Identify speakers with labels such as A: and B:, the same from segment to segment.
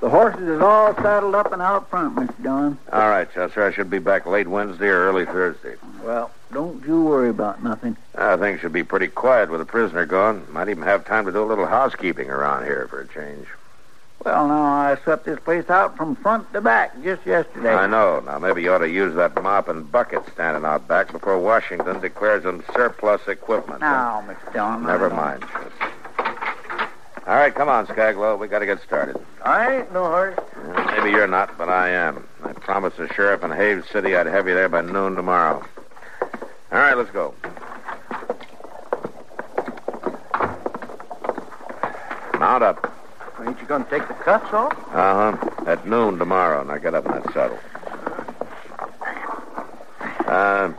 A: The horses is all saddled up and out front, Mr. Don.
B: All right, Chester. I should be back late Wednesday or early Thursday.
A: Well, don't you worry about nothing.
B: I think should be pretty quiet with the prisoner gone. Might even have time to do a little housekeeping around here for a change.
A: Well, now, I swept this place out from front to back just yesterday.
B: I know. Now, maybe you ought to use that mop and bucket standing out back before Washington declares them surplus equipment. huh?
A: Now, Mr. Don.
B: Never mind, Chester. All right, come on, Skaglow. We got to get started.
A: I ain't no horse.
B: Maybe you're not, but I am. I promised the sheriff in Haves City I'd have you there by noon tomorrow. All right, let's go. Mount up.
A: Ain't you gonna take the cuffs off?
B: Uh huh. At noon tomorrow, and I get up in that saddle. Uh,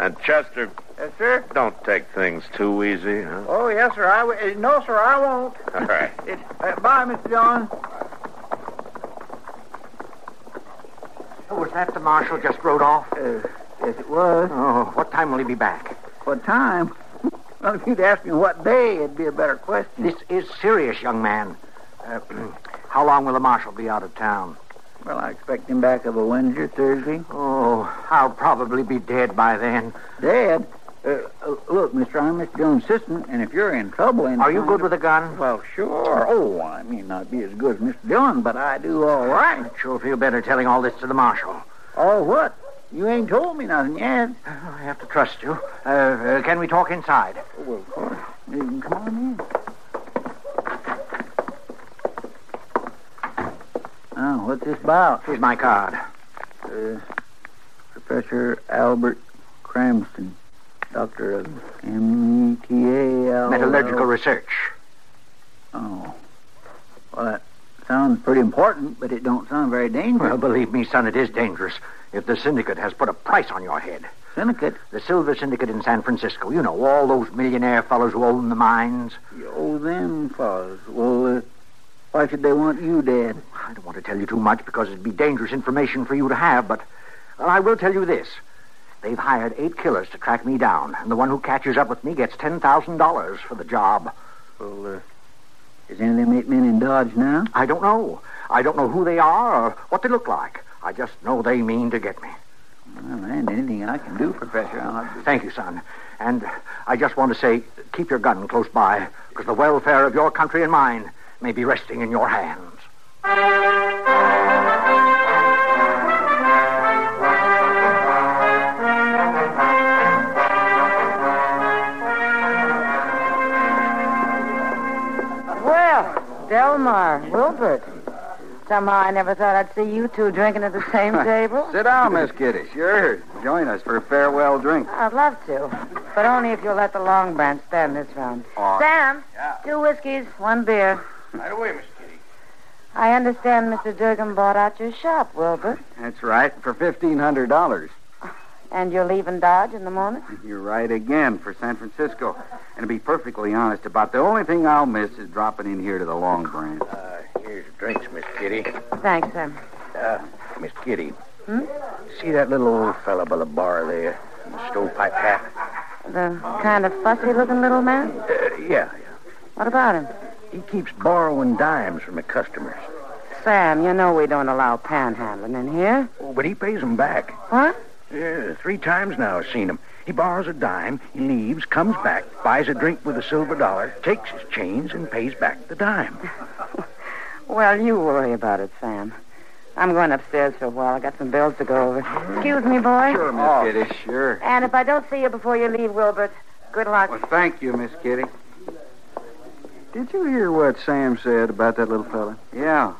B: and Chester,
A: Yes, sir.
B: don't take things too easy, huh?
A: Oh, yes, sir. I w- no, sir, I won't.
B: All right.
A: It, uh, bye, Mr. Don.
C: Was that the marshal just rode off?
A: Uh, yes, it was.
C: Oh, what time will he be back?
A: What time? Well, if you'd asked me what day, it'd be a better question.
C: This is serious, young man. Uh, how long will the marshal be out of town?
A: Well, I expect him back of a Wednesday, Thursday.
C: Oh, I'll probably be dead by then.
A: Dad, uh, uh, look, Mister, I'm Mister Jones' assistant, and if you're in trouble, and
C: Are you good with a gun?
A: Well, sure. Oh, I may not be as good as Mister Dillon, but I do all right.
C: Sure feel better telling all this to the marshal.
A: All what? You ain't told me nothing yet.
C: Oh, I have to trust you. Uh, uh, can we talk inside?
A: Oh, well, of course. You can come on in. Now, Ah, what's this about?
C: Here's my card.
A: Uh, Professor Albert Cramston, doctor of E META.
C: Metallurgical research.
A: Oh. Well, that sounds pretty important, but it don't sound very dangerous.
C: Well, believe me, son, it is dangerous. If the syndicate has put a price on your head.
A: Syndicate,
C: The silver syndicate in San Francisco. You know, all those millionaire fellows who own the mines.
A: you owe them fellas. Well, uh, why should they want you dead?
C: I don't want to tell you too much because it'd be dangerous information for you to have, but well, I will tell you this. They've hired eight killers to track me down, and the one who catches up with me gets $10,000 for the job.
A: Well, uh, is any of them eight men in Dodge now?
C: I don't know. I don't know who they are or what they look like. I just know they mean to get me.
A: Well, there ain't anything I can do, Professor. I'll...
C: Thank you, son. And I just want to say, keep your gun close by, because the welfare of your country and mine may be resting in your hands.
D: Well, Delmar, Wilbert. Somehow I never thought I'd see you two drinking at the same table.
E: Sit down, Miss Kitty. Sure. Join us for a farewell drink.
D: I'd love to, but only if you'll let the long branch stand this round.
A: Uh,
D: Sam, two whiskeys, one beer. Right away, Miss Kitty. I understand Mr. Durgan bought out your shop, Wilbert.
E: That's right. For fifteen hundred dollars.
D: And you're leaving Dodge in the morning?
A: You're right again for San Francisco. And to be perfectly honest, about the only thing I'll miss is dropping in here to the Long Branch.
C: Uh, here's drinks, Miss Kitty.
D: Thanks, sir.
C: Uh, Miss Kitty.
D: Hmm?
C: See that little old fella by the bar there? In the stovepipe hat?
D: The kind of fussy looking little man?
C: Uh, yeah,
D: What about him?
C: He keeps borrowing dimes from the customers.
D: Sam, you know we don't allow panhandling in here.
C: Oh, but he pays them back.
D: What?
C: Yeah, Uh, three times now I've seen him. He borrows a dime, he leaves, comes back, buys a drink with a silver dollar, takes his change, and pays back the dime.
D: Well, you worry about it, Sam. I'm going upstairs for a while. I got some bills to go over. Excuse me, boy.
A: Sure, Miss Kitty, sure.
D: And if I don't see you before you leave, Wilbert, good luck.
A: Well, thank you, Miss Kitty. Did you hear what Sam said about that little fella? Yeah.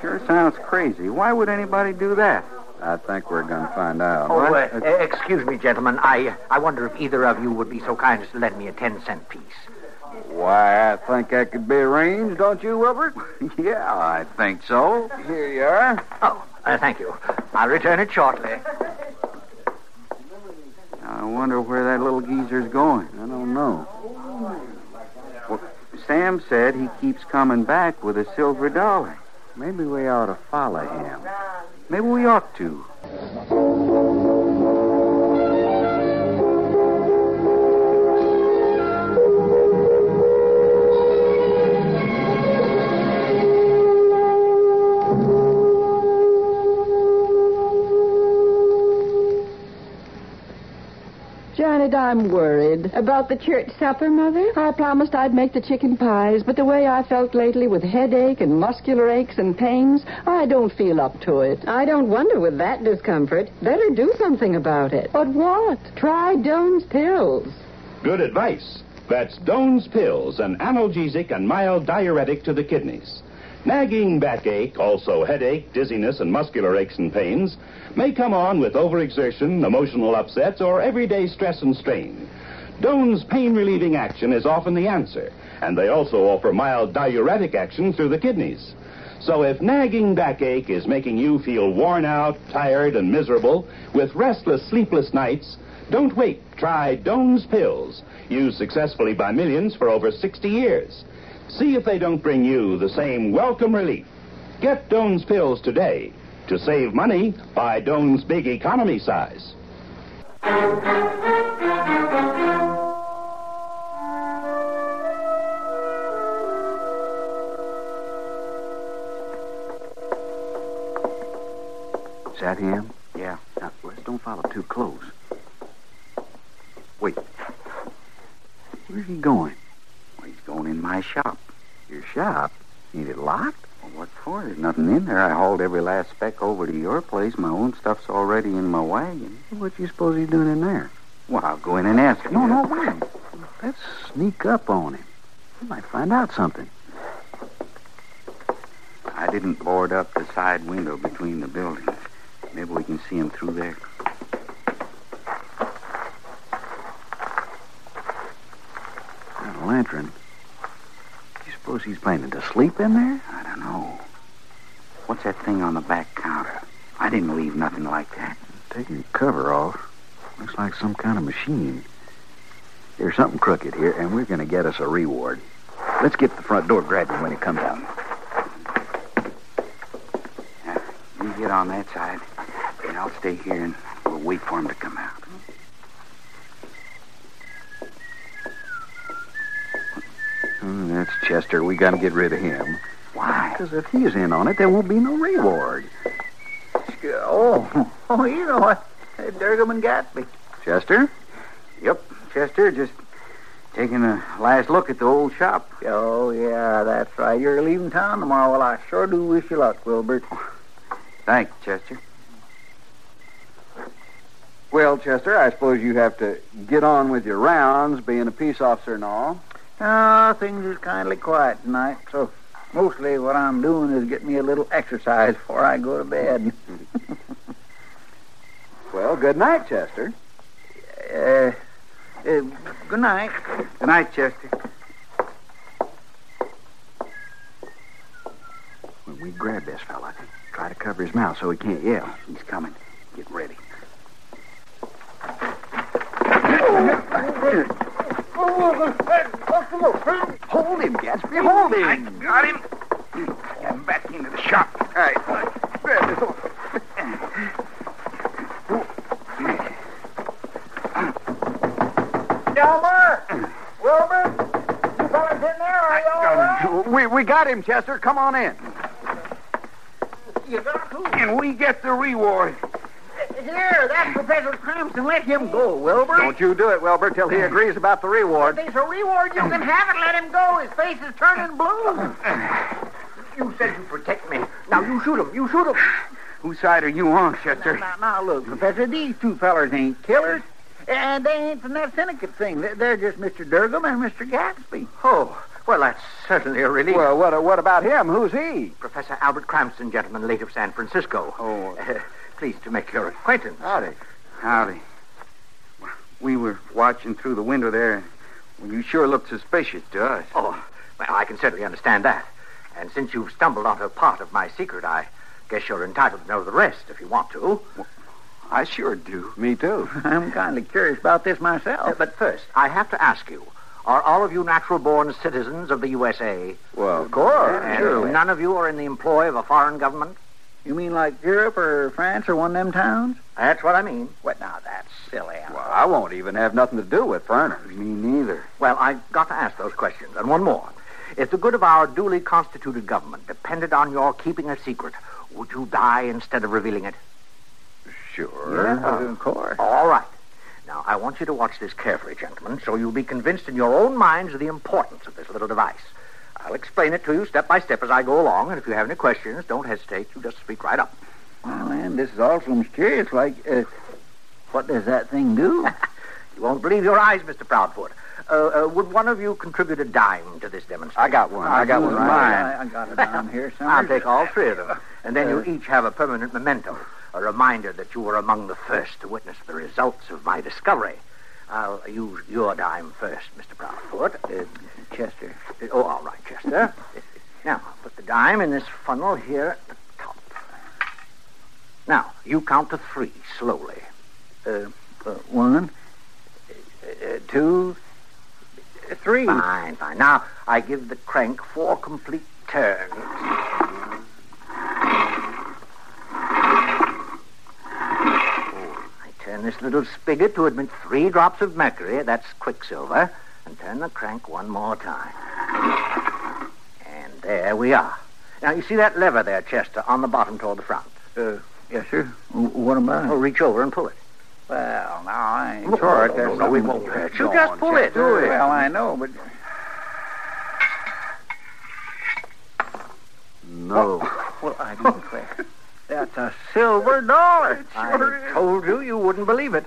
A: Sure sounds crazy. Why would anybody do that? I think we're going to find out.
C: Oh, uh, uh, excuse me, gentlemen. I uh, I wonder if either of you would be so kind as to lend me a ten cent piece.
A: Why, I think that could be arranged, don't you, Wilbert? yeah, I think so. Here you are.
C: Oh, uh, thank you. I'll return it shortly.
A: I wonder where that little geezer's going. I don't know. Well, Sam said he keeps coming back with a silver dollar. Maybe we ought to follow him. Maybe we ought to.
F: Janet, I'm worried.
G: About the church supper, Mother?
F: I promised I'd make the chicken pies, but the way I felt lately with headache and muscular aches and pains, I don't feel up to it.
G: I don't wonder with that discomfort. Better do something about it.
F: But what?
G: Try Doane's pills.
H: Good advice. That's Doane's pills, an analgesic and mild diuretic to the kidneys. Nagging backache, also headache, dizziness, and muscular aches and pains may come on with overexertion, emotional upsets, or everyday stress and strain. Doane's pain relieving action is often the answer, and they also offer mild diuretic action through the kidneys. So if nagging backache is making you feel worn out, tired, and miserable, with restless, sleepless nights, don't wait. Try Doane's pills, used successfully by millions for over 60 years. See if they don't bring you the same welcome relief. Get Doane's pills today. To save money, buy Doane's big economy size.
A: Is that him?
C: Yeah.
A: Now, let's don't follow too close. Wait. Where's he going? Well, he's going in my shop. Your shop? Ain't it locked? Well, what for? There's nothing in there. I hauled every last speck over to your place. My own stuff's already in my wagon. What do you suppose he's doing in there? Well, I'll go in and ask him.
C: No, no,
A: wait. Let's sneak up on him. We might find out something. I didn't board up the side window between the buildings. Maybe we can see him through there. That lantern. Do you suppose he's planning to sleep in there? I don't know. What's that thing on the back counter? I didn't leave nothing like that. Taking the cover off. Looks like some kind of machine. There's something crooked here, and we're going to get us a reward. Let's get to the front door, grab him when he comes out. You get on that side, and I'll stay here and we'll wait for him to come out. Oh, that's Chester. We got to get rid of him. Why? Because if he's in on it, there won't be no reward.
C: Oh, oh, you know what? That Dergerman got me.
A: Chester? Yep, Chester. Just taking a last look at the old shop.
C: Oh, yeah, that's right. You're leaving town tomorrow. Well, I sure do wish you luck, Wilbert.
A: Oh, Thanks, Chester. Well, Chester, I suppose you have to get on with your rounds, being a peace officer and all.
C: Ah, things is kindly quiet tonight, so mostly what I'm doing is getting me a little exercise before I go to bed.
A: Well, good night, Chester.
C: Uh, uh, good night.
A: Good night, Chester. When we grab this fella, try to cover his mouth so he can't yell. He's coming. Get ready.
C: Hold him, Gatsby. Hold him.
I: Got him. Get him back into the shop. All right. Grab this off.
C: Elmer! Wilbur! You fellas in there? Are you all right? We, we got him, Chester. Come on in. You got who?
I: And we get the reward.
C: Here, that's Professor Cranston. Let him go, Wilbur. Don't you do it, Wilbur, till he agrees about the reward.
D: There's a reward you can have it. Let him go. His face is turning blue.
C: You said you protect me. Now you shoot him. You shoot him.
I: Whose side are you on,
C: Now,
I: Chester?
C: now, now, look, Professor, these two fellers ain't killers. And they ain't from that syndicate thing. They're, they're just Mr. Durgum and Mr. Gatsby. Oh, well, that's certainly a relief. Well, what, what about him? Who's he? Professor Albert Cranston, gentleman, late of San Francisco. Oh. pleased to make your acquaintance. Howdy.
A: Howdy. We were watching through the window there. Well, you sure looked suspicious to us.
C: Oh, well, I can certainly understand that. And since you've stumbled onto part of my secret, I guess you're entitled to know the rest if you want to. I sure do.
A: Me too.
C: I'm kindly curious about this myself. Uh, but first, I have to ask you are all of you natural born citizens of the USA?
A: Well, of
C: course.
A: surely.
C: none of you are in the employ of a foreign government? You mean like Europe or France or one of them towns? That's what I mean. What now, that's silly. Well,
A: I won't even have nothing to do with foreigners. Me neither.
C: well, I got to ask those questions. And one more. If the good of our duly constituted government depended on your keeping a secret, would you die instead of revealing it?
A: Sure.
C: of course. All right. Now, I want you to watch this carefully, gentlemen, so you'll be convinced in your own minds of the importance of this little device. I'll explain it to you step by step as I go along, and if you have any questions, don't hesitate. You just speak right up. Well, and Oh, this is also mysterious. Like, uh, what does that thing do? you won't believe your eyes, Mr. Proudfoot. Uh, uh, would one of you contribute a dime to this demonstration? Uh, I got one.
A: I got one. Mine.
C: I, I got it down here somewhere. Uh, I'll take all three of them. And then you each have a permanent memento, a reminder that you were among the first to witness the results of my discovery. I'll use your dime first, Mr. Proudfoot. Uh, Chester. Oh, all right, Chester. now, put the dime in this funnel here at the top. Now, you count to three slowly. Uh, uh, one, uh, two, three. Fine, fine. Now, I give the crank four complete turns. I turn this little spigot to admit three drops of mercury, that's quicksilver, and turn the crank one more time. And there we are. Now, you see that lever there, Chester, on the bottom toward the front? Uh, yes, sir. What about it? Oh, reach over and pull it. Well, now, I
A: ain't sure.
C: No,
A: There's
C: no, no, we
A: nothing
C: won't
A: to
C: hurt
A: it.
C: you.
A: Go
C: just
A: on,
C: pull
A: Chester.
C: it. Do it.
A: Well, I
C: know, but...
A: No.
C: Well, I declare. That's a silver dollar. I told you you wouldn't believe it.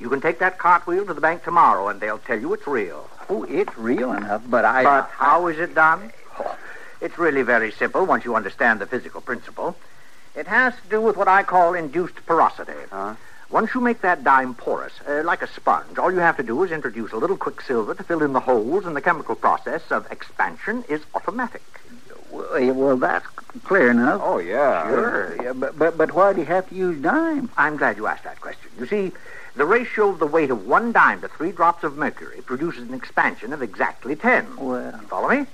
C: You can take that cartwheel to the bank tomorrow, and they'll tell you it's real. Oh, it's real enough, but I. But how is it done? Oh, it's really very simple once you understand the physical principle. It has to do with what I call induced porosity. Once you make that dime porous, uh, like a sponge, all you have to do is introduce a little quicksilver to fill in the holes, and the chemical process of expansion is automatic. Well, well that's clear enough. Oh, yeah. Sure. Yeah, but, but, but why do you have to use dime? I'm glad you asked that question. You see, the ratio of the weight of one dime to three drops of mercury produces an expansion of exactly ten. Well. You follow me?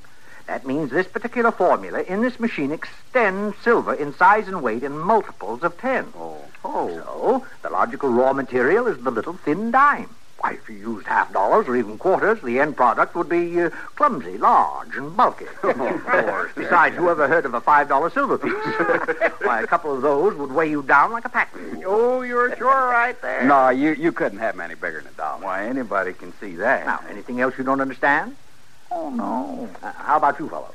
C: That means this particular formula in this machine extends silver in size and weight in multiples of ten. Oh. Oh. So, the logical raw material is the little thin dime. Why, if you used half dollars or even quarters, the end product would be uh, clumsy, large, and bulky. Besides, who ever heard of a $5 silver piece? Why, a couple of those would weigh you down like a pack. Oh, you're sure right there.
A: No, you, you couldn't have them any bigger than a dollar. Why, anybody can see that.
C: Now, anything else you don't understand? Oh, no. Uh, how about you, fellows?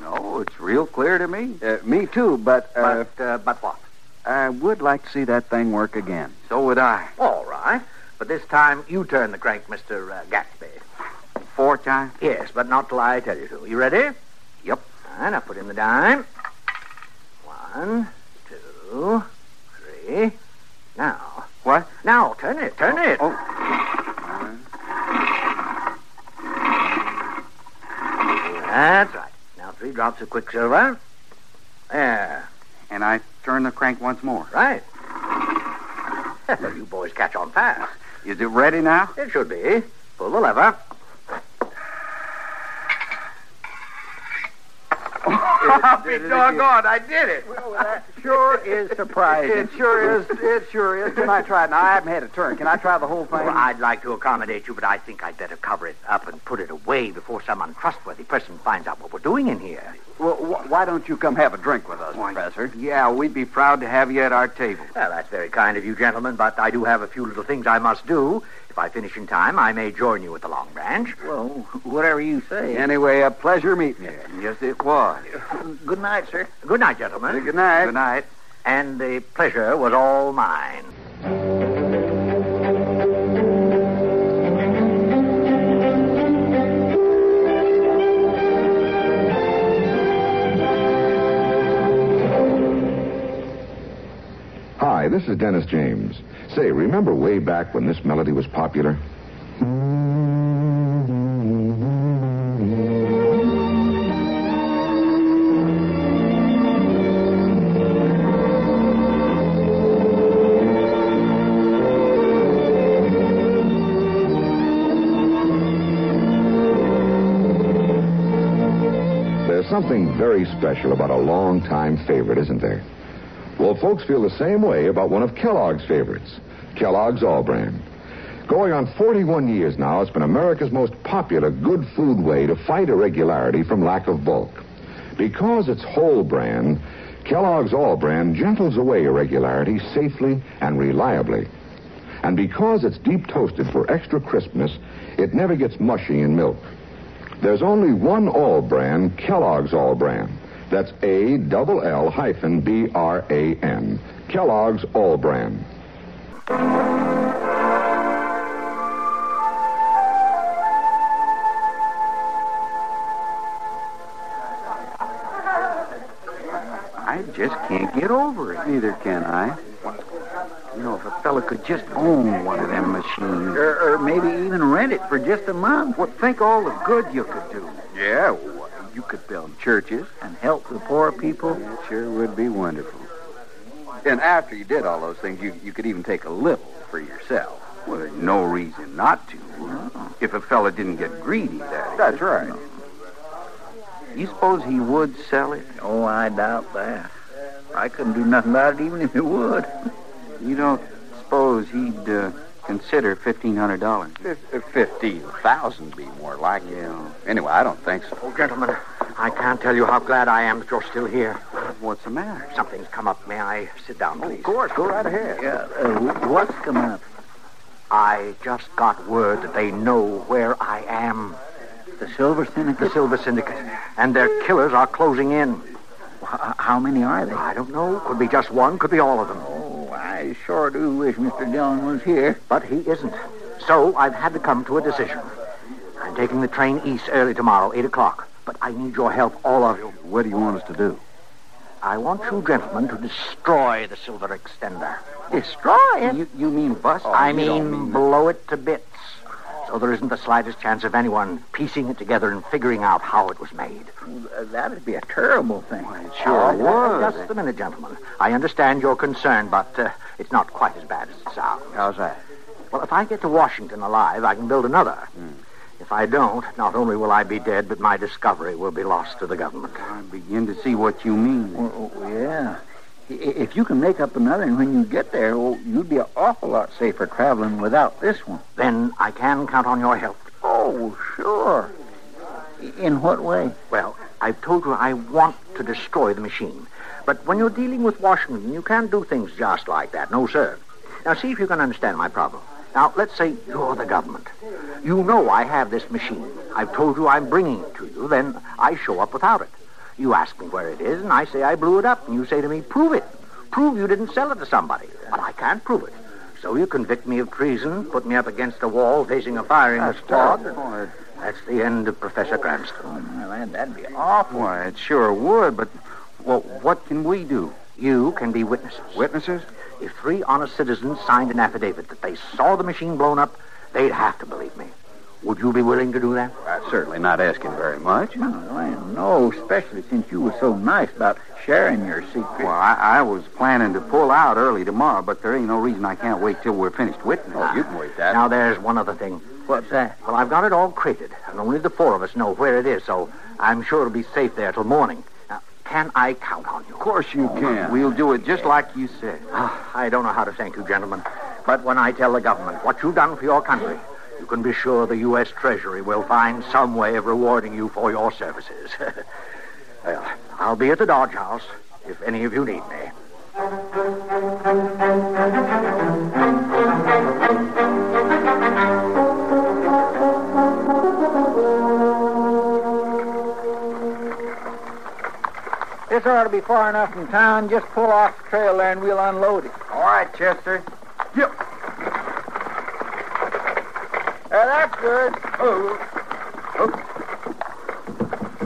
A: No, it's real clear to me. Uh, me too, but, uh,
C: but, uh, but what?
A: I would like to see that thing work again.
C: So would I. All right. But this time, you turn the crank, Mr. Uh, Gatsby.
A: Four times?
C: Yes, but not till I tell you to. You ready? Yep. All right, I'll put in the dime. One, two, three. Now. What? Now, turn it, turn it. Oh. That's right. Now, three drops of quicksilver. There.
A: And I turn the crank once more. oh.
C: Right. you boys catch on fast.
A: Is it ready now?
C: It should be. Pull the lever.
I: I'll be doggone, I did it.
C: Well, that sure is surprising.
A: It sure is.
C: It sure is. Can I try it? Now, I haven't had a turn. Can I try the whole thing? Well, I'd like to accommodate you, but I think I'd better cover it up and put it away before some untrustworthy person finds out what we're doing in here.
A: Well, wh- why don't you come have a drink with us, Professor? Yeah, we'd be proud to have you at our table.
C: Well, that's very kind of you, gentlemen, but I do have a few little things I must do. If I finish in time, I may join you at the Long Branch. Well, whatever you say.
A: Anyway, a pleasure meeting you. Yes, it was.
C: Good night, sir. Good night, gentlemen. Good night. Good night. And the pleasure was all mine.
J: Hi, this is Dennis James. Say, remember way back when this melody was popular? There's something very special about a long-time favorite, isn't there? Well, folks feel the same way about one of Kellogg's favorites, Kellogg's All Brand. Going on 41 years now, it's been America's most popular good food way to fight irregularity from lack of bulk. Because it's whole brand, Kellogg's All Brand gentles away irregularity safely and reliably. And because it's deep toasted for extra crispness, it never gets mushy in milk. There's only one all brand, Kellogg's All Brand. That's A double L hyphen B R A N. Kellogg's All Brand.
A: I just can't get over it. Neither can I. You know, if a fella could just own one of them machines. Er,
K: Or, or maybe even rent it for just a month.
A: Well, think all the good you could do. Yeah, well, you could build churches.
K: And help the poor people.
A: It sure would be wonderful. And after you did all those things, you, you could even take a little for yourself. Well, there's no reason not to. If a fella didn't get greedy, that is. That's right. You suppose he would sell it?
K: Oh, I doubt that. I couldn't do nothing about it even if he would.
A: You don't suppose he'd uh, consider $1,500?
C: uh, Fifteen thousand be more like it. Anyway, I don't think so. Oh, gentlemen, I can't tell you how glad I am that you're still here.
A: What's the matter?
C: Something's come up. May I sit down, please?
K: Of course, go right ahead. Yeah, uh, what's coming up?
C: I just got word that they know where I am.
K: The Silver Syndicate?
C: The Silver Syndicate. And their killers are closing in.
K: How many are they?
C: I don't know. Could be just one, could be all of them.
K: Oh, I sure do wish Mr. Dillon was here.
C: But he isn't. So I've had to come to a decision. I'm taking the train east early tomorrow, 8 o'clock. But I need your help, all of you.
A: What do you want us to do?
C: I want you gentlemen to destroy the silver extender.
K: Destroy it?
A: You, you mean bust?
C: I
A: You don't
C: mean, blow it to bits. So there isn't the slightest chance of anyone piecing it together and figuring out how it was made.
K: Uh, That'd be a terrible thing.
C: All
A: sure
C: right,
K: Oh,
A: was.
C: Just a minute, gentlemen. I understand your concern, but uh, it's not quite as bad as it sounds.
A: How's that?
C: Well, if I get to Washington alive, I can build another.
K: Hmm.
C: If I don't, not only will I be dead, but my discovery will be lost to the government.
A: I begin to see what you mean.
K: Well, oh, yeah. I- If you can make up another, and when you get there, oh, you'd be an awful lot safer traveling without this one.
C: Then I can count on your help.
K: Oh, sure. In what way?
C: Well, I've told you I want to destroy the machine. But when you're dealing with Washington, you can't do things just like that. No, sir. Now, see if you can understand my problem. Now, let's say you're the government. You know I have this machine. I've told you I'm bringing it to you. Then I show up without it. You ask me where it is, and I say I blew it up. And you say to me, prove it. Prove you didn't sell it to somebody. But I can't prove it. So you convict me of treason, put me up against a wall facing a firing squad. and That's the end of Professor Cranston.
K: Well, that- that'd be awful.
A: Why, it sure would, but well, what can we do?
C: You can be witnesses.
A: Witnesses?
C: If three honest citizens signed an affidavit that they saw the machine blown up, they'd have to believe me. Would you be willing to do that?
A: That's certainly not asking very much.
K: No, I know, especially since you were so nice about
L: sharing your secret. Well, I, I was planning to pull out early tomorrow, but there ain't no reason I can't wait till we're finished witness.
C: Oh, you can wait that. Now, there's one other thing.
L: What's that?
C: Well, I've got it all crated, and only the four of us know where it is, so I'm sure it'll be safe there till morning. Now, can I count on you? Oh, Of course you
L: can. We'll do it just like you said.
C: I don't know how to thank you, gentlemen, but when I tell the government what you've done for your country, you can be sure the U.S. Treasury will find some way of rewarding you for your services. well, I'll be at the Dodge House if any of you need me.
A: This ought to be far enough from town. Just pull off the trail there and we'll unload it. All right, Chester. Yep. that's good. Oh.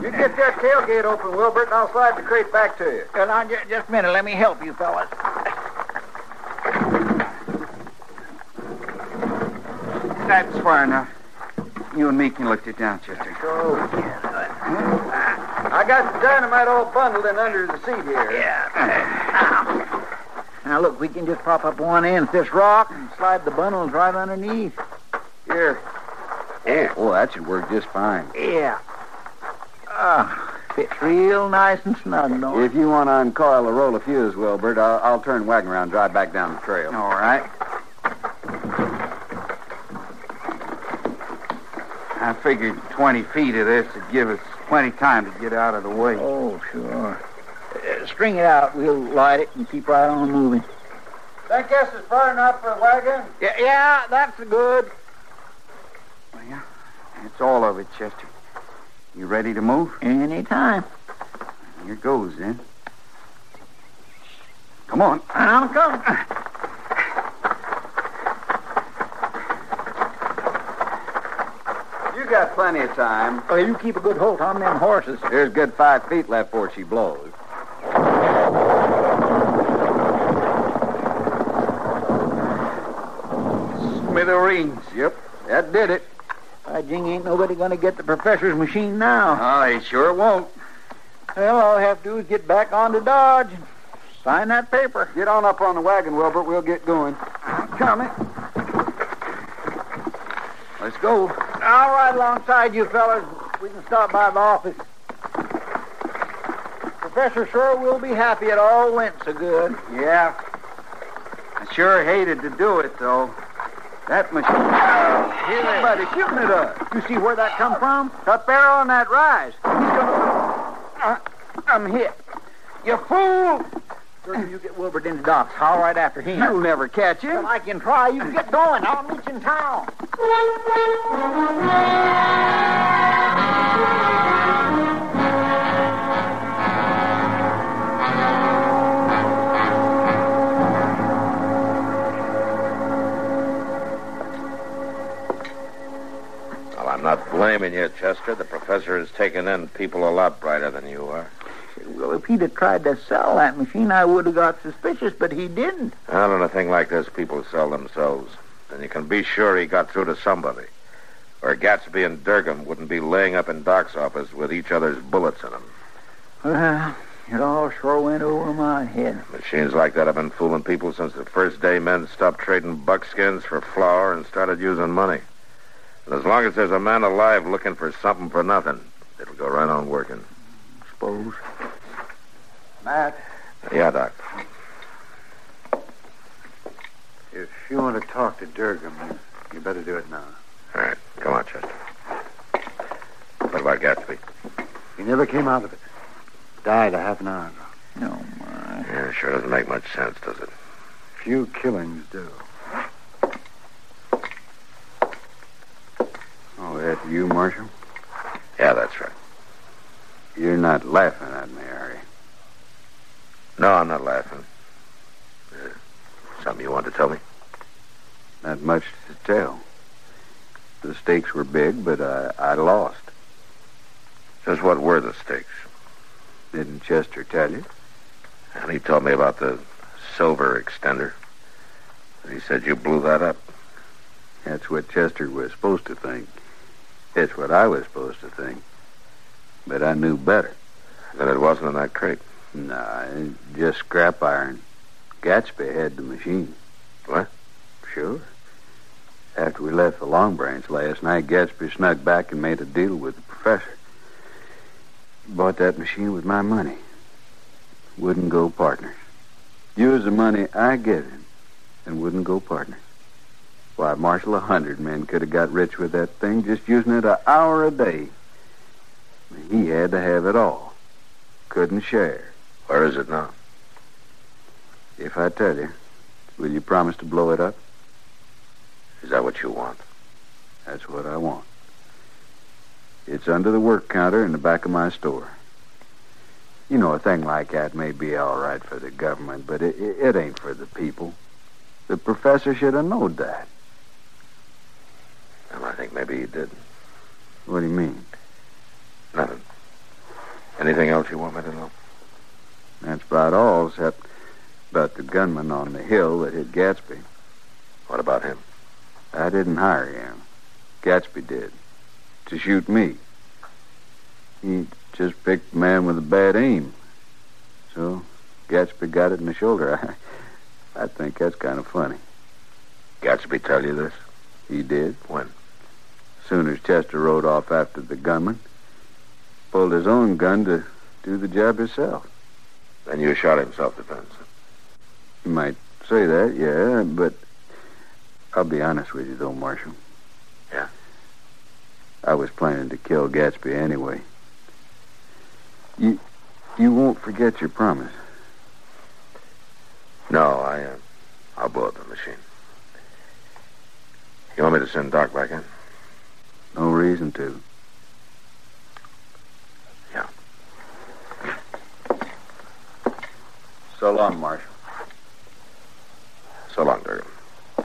A: You get that tailgate open, Wilbert, and I'll slide the crate back to you. Well, Uh, now, ju- just a minute. Let me help you, fellas.
L: That's far enough. You and me can lift it down, Chester.
A: I got the dynamite all bundled in under the seat here. Yeah. Now, look, we can just pop up one end of this rock and slide the bundles right underneath. Here.
L: Yeah. Oh, that should work just fine.
A: Yeah. Ah, fits real nice and snug, don't it?
L: If you want to uncoil or roll a fuse, Wilbert, I'll, I'll turn wagon around and drive back down the trail. All right. I figured 20 feet of this would give us plenty time to get out of the way.
A: Oh, sure. Uh, string it out. We'll light it and keep right on moving.
M: That guess is far enough for a wagon?
A: Yeah, yeah that's good.
L: That's all of it, Chester. You ready to move?
A: Any time.
L: Here goes, then. Come on.
A: I'm coming.
L: You got plenty of time.
A: Oh, you keep a good hold on them horses.
L: There's good five feet left before she blows. Smithereens. Yep, that did it.
A: By jing, ain't nobody going to get the professor's machine now.
L: Oh, he sure won't.
A: Well, all I have to do is get back on to Dodge and sign that paper.
L: Get on up on the wagon, Wilbert. We'll get going. Coming. Let's go.
A: I'll ride alongside you fellas. We can stop by the office. Professor sure will be happy it all went so good.
L: Yeah. I sure hated to do it, though. That machine. Somebody shooting at us.
A: You see where that come from?
L: Up there on that rise. He's
A: Uh,
L: gonna. I'm hit. You fool!
A: Sure, you get Wilbert into Doc's. Howl right after him.
L: You'll never catch him.
A: Well, I can try. You get going. I'll meet you in town.
B: Well, I'm not blaming you, Chester. The professor has taken in people a lot brighter than you are.
A: Well, if he'd have tried to sell that machine, I would have got suspicious, but he didn't.
B: Well, on a thing like this, people sell themselves. And you can be sure he got through to somebody. Or Gatsby and Durgam wouldn't be laying up in Doc's office with each other's bullets in them.
A: Well, it all sure went over my head.
B: Machines like that have been fooling people since the first day men stopped trading buckskins for flour and started using money. And as long as there's a man alive looking for something for nothing, it'll go right on working.
A: Suppose.
M: Matt,
B: Yeah, Doc.
M: if you want to talk to Durgam, you- you better do it now.
B: All right, come on, Chester. What about Gatsby?
M: He never came out of it. Died a half an hour ago.
A: No.
B: Yeah, sure doesn't make much sense, does it?
M: Few killings do.
L: Oh, that you, Marshal?
B: Yeah, that's right.
L: You're not laughing at me, are you?
B: No, I'm not laughing. Uh, something you want to tell me?
L: Not much to tell. The stakes were big, but I, I lost.
B: Just what were the stakes?
L: Didn't Chester tell you?
B: And he told me about the silver extender. He said you blew that up.
L: That's what Chester was supposed to think. It's what I was supposed to think. But I knew better.
B: Then it wasn't in that crate.
L: No, it's just scrap iron. Gatsby had the machine. What? Sure. After we left the Long Branch last night, Gatsby snuck back and made a deal with the professor. Bought that machine with my money. Wouldn't go partners. Used the money I gave him and wouldn't go partners. Why, Marshal, a hundred men could have got rich with that thing just using it an hour a day. He had to have it all. Couldn't share. Where is it now? If I tell you, will you promise to blow it up? Is that what you want? That's what I want. It's under the work counter in the back of my store. You know, a thing like that may be all right for the government, but it, it, it ain't for the people. The professor should have known that.
B: Well, I think maybe he did.
L: What do you mean?
B: Nothing. Anything else you want me to know?
L: That's about all, except about the gunman on the hill that hit Gatsby.
B: What about him?
L: I didn't hire him. Gatsby did. To shoot me. He just picked a man with a bad aim. So Gatsby got it in the shoulder. I, I think that's kind of funny.
B: Gatsby tell you this?
L: He did.
B: When?
L: Soon as Chester rode off after the gunman, pulled his own gun to do the job himself.
B: Then you shot him self-defense.
L: You might say that, yeah, but I'll be honest with you, though, Marshal.
B: Yeah?
L: I was planning to kill Gatsby anyway. You, you won't forget your promise.
B: No, I, uh, I'll blow up the machine. You want me to send Doc back in?
L: No reason to.
B: Yeah.
L: So long, Marshal.
B: So long, Durgan.
K: Did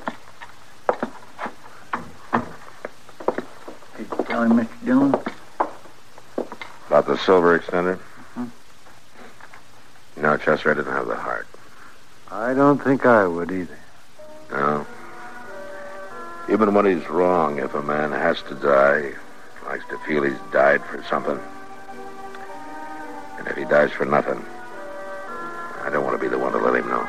K: you tell him, Mr. Dillon?
B: About the silver extender?
L: Mm-hmm.
B: No, Chester, I didn't have the heart.
L: I don't think I would either.
B: No. Even when he's wrong, if a man has to die, likes to feel he's died for something. And if he dies for nothing, I don't want to be the one to let him know.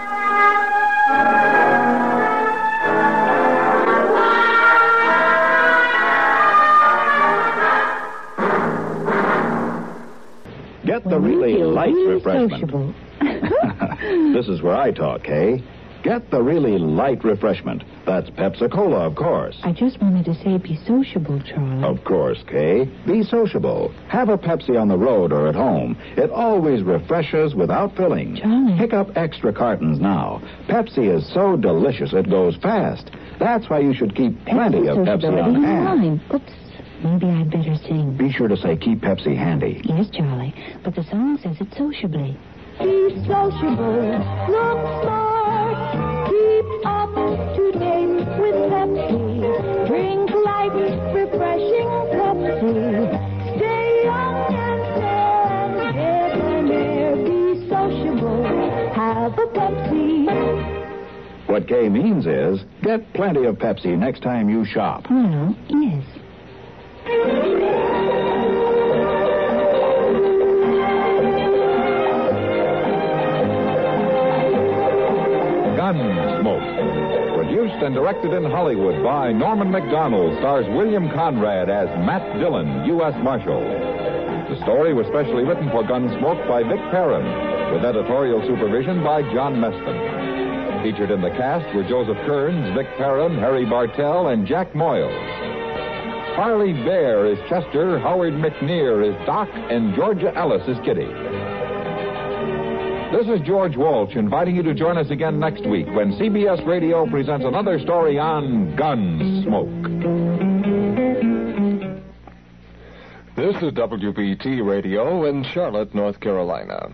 H: Get the really light refreshment. this is where I talk, hey? Get the really light refreshment. That's Pepsi Cola, of course.
N: I just wanted to say be sociable, Charlie.
B: Oh,
H: Of course, Kay. Be sociable. Have a Pepsi on the road or at home. It always refreshes without filling.
N: Charlie.
H: Pick up extra cartons now. Pepsi is so delicious it goes fast. That's why you should keep plenty of Pepsi
N: sociability
H: on
N: in
H: hand.
N: line. Oops. Maybe I'd better sing.
H: Be sure to say keep Pepsi handy.
N: Yes, Charlie, but the song says it sociably.
O: Be sociable. Look smart. Keep up to date with Pepsi. Drink light, refreshing Pepsi. Stay young and stand debonair. Be sociable. Have a Pepsi.
H: What Kay means is get plenty of Pepsi next time you shop.
N: Well, yes.
P: Gunsmoke. Produced and directed in Hollywood by Norman McDonald, stars William Conrad as Matt Dillon, U.S. Marshal. The story was specially written for Gunsmoke by Vic Perrin, with editorial supervision by John Meston. Featured in the cast were Joseph Kearns, Vic Perrin, Harry Bartell, and Jack Moyles. Harley Bear is Chester, Howard McNear is Doc, and Georgia Ellis is Kitty. This is George Walsh inviting you to join us again next week when CBS Radio presents another story on Gunsmoke.
Q: This is WBT Radio in Charlotte, North Carolina.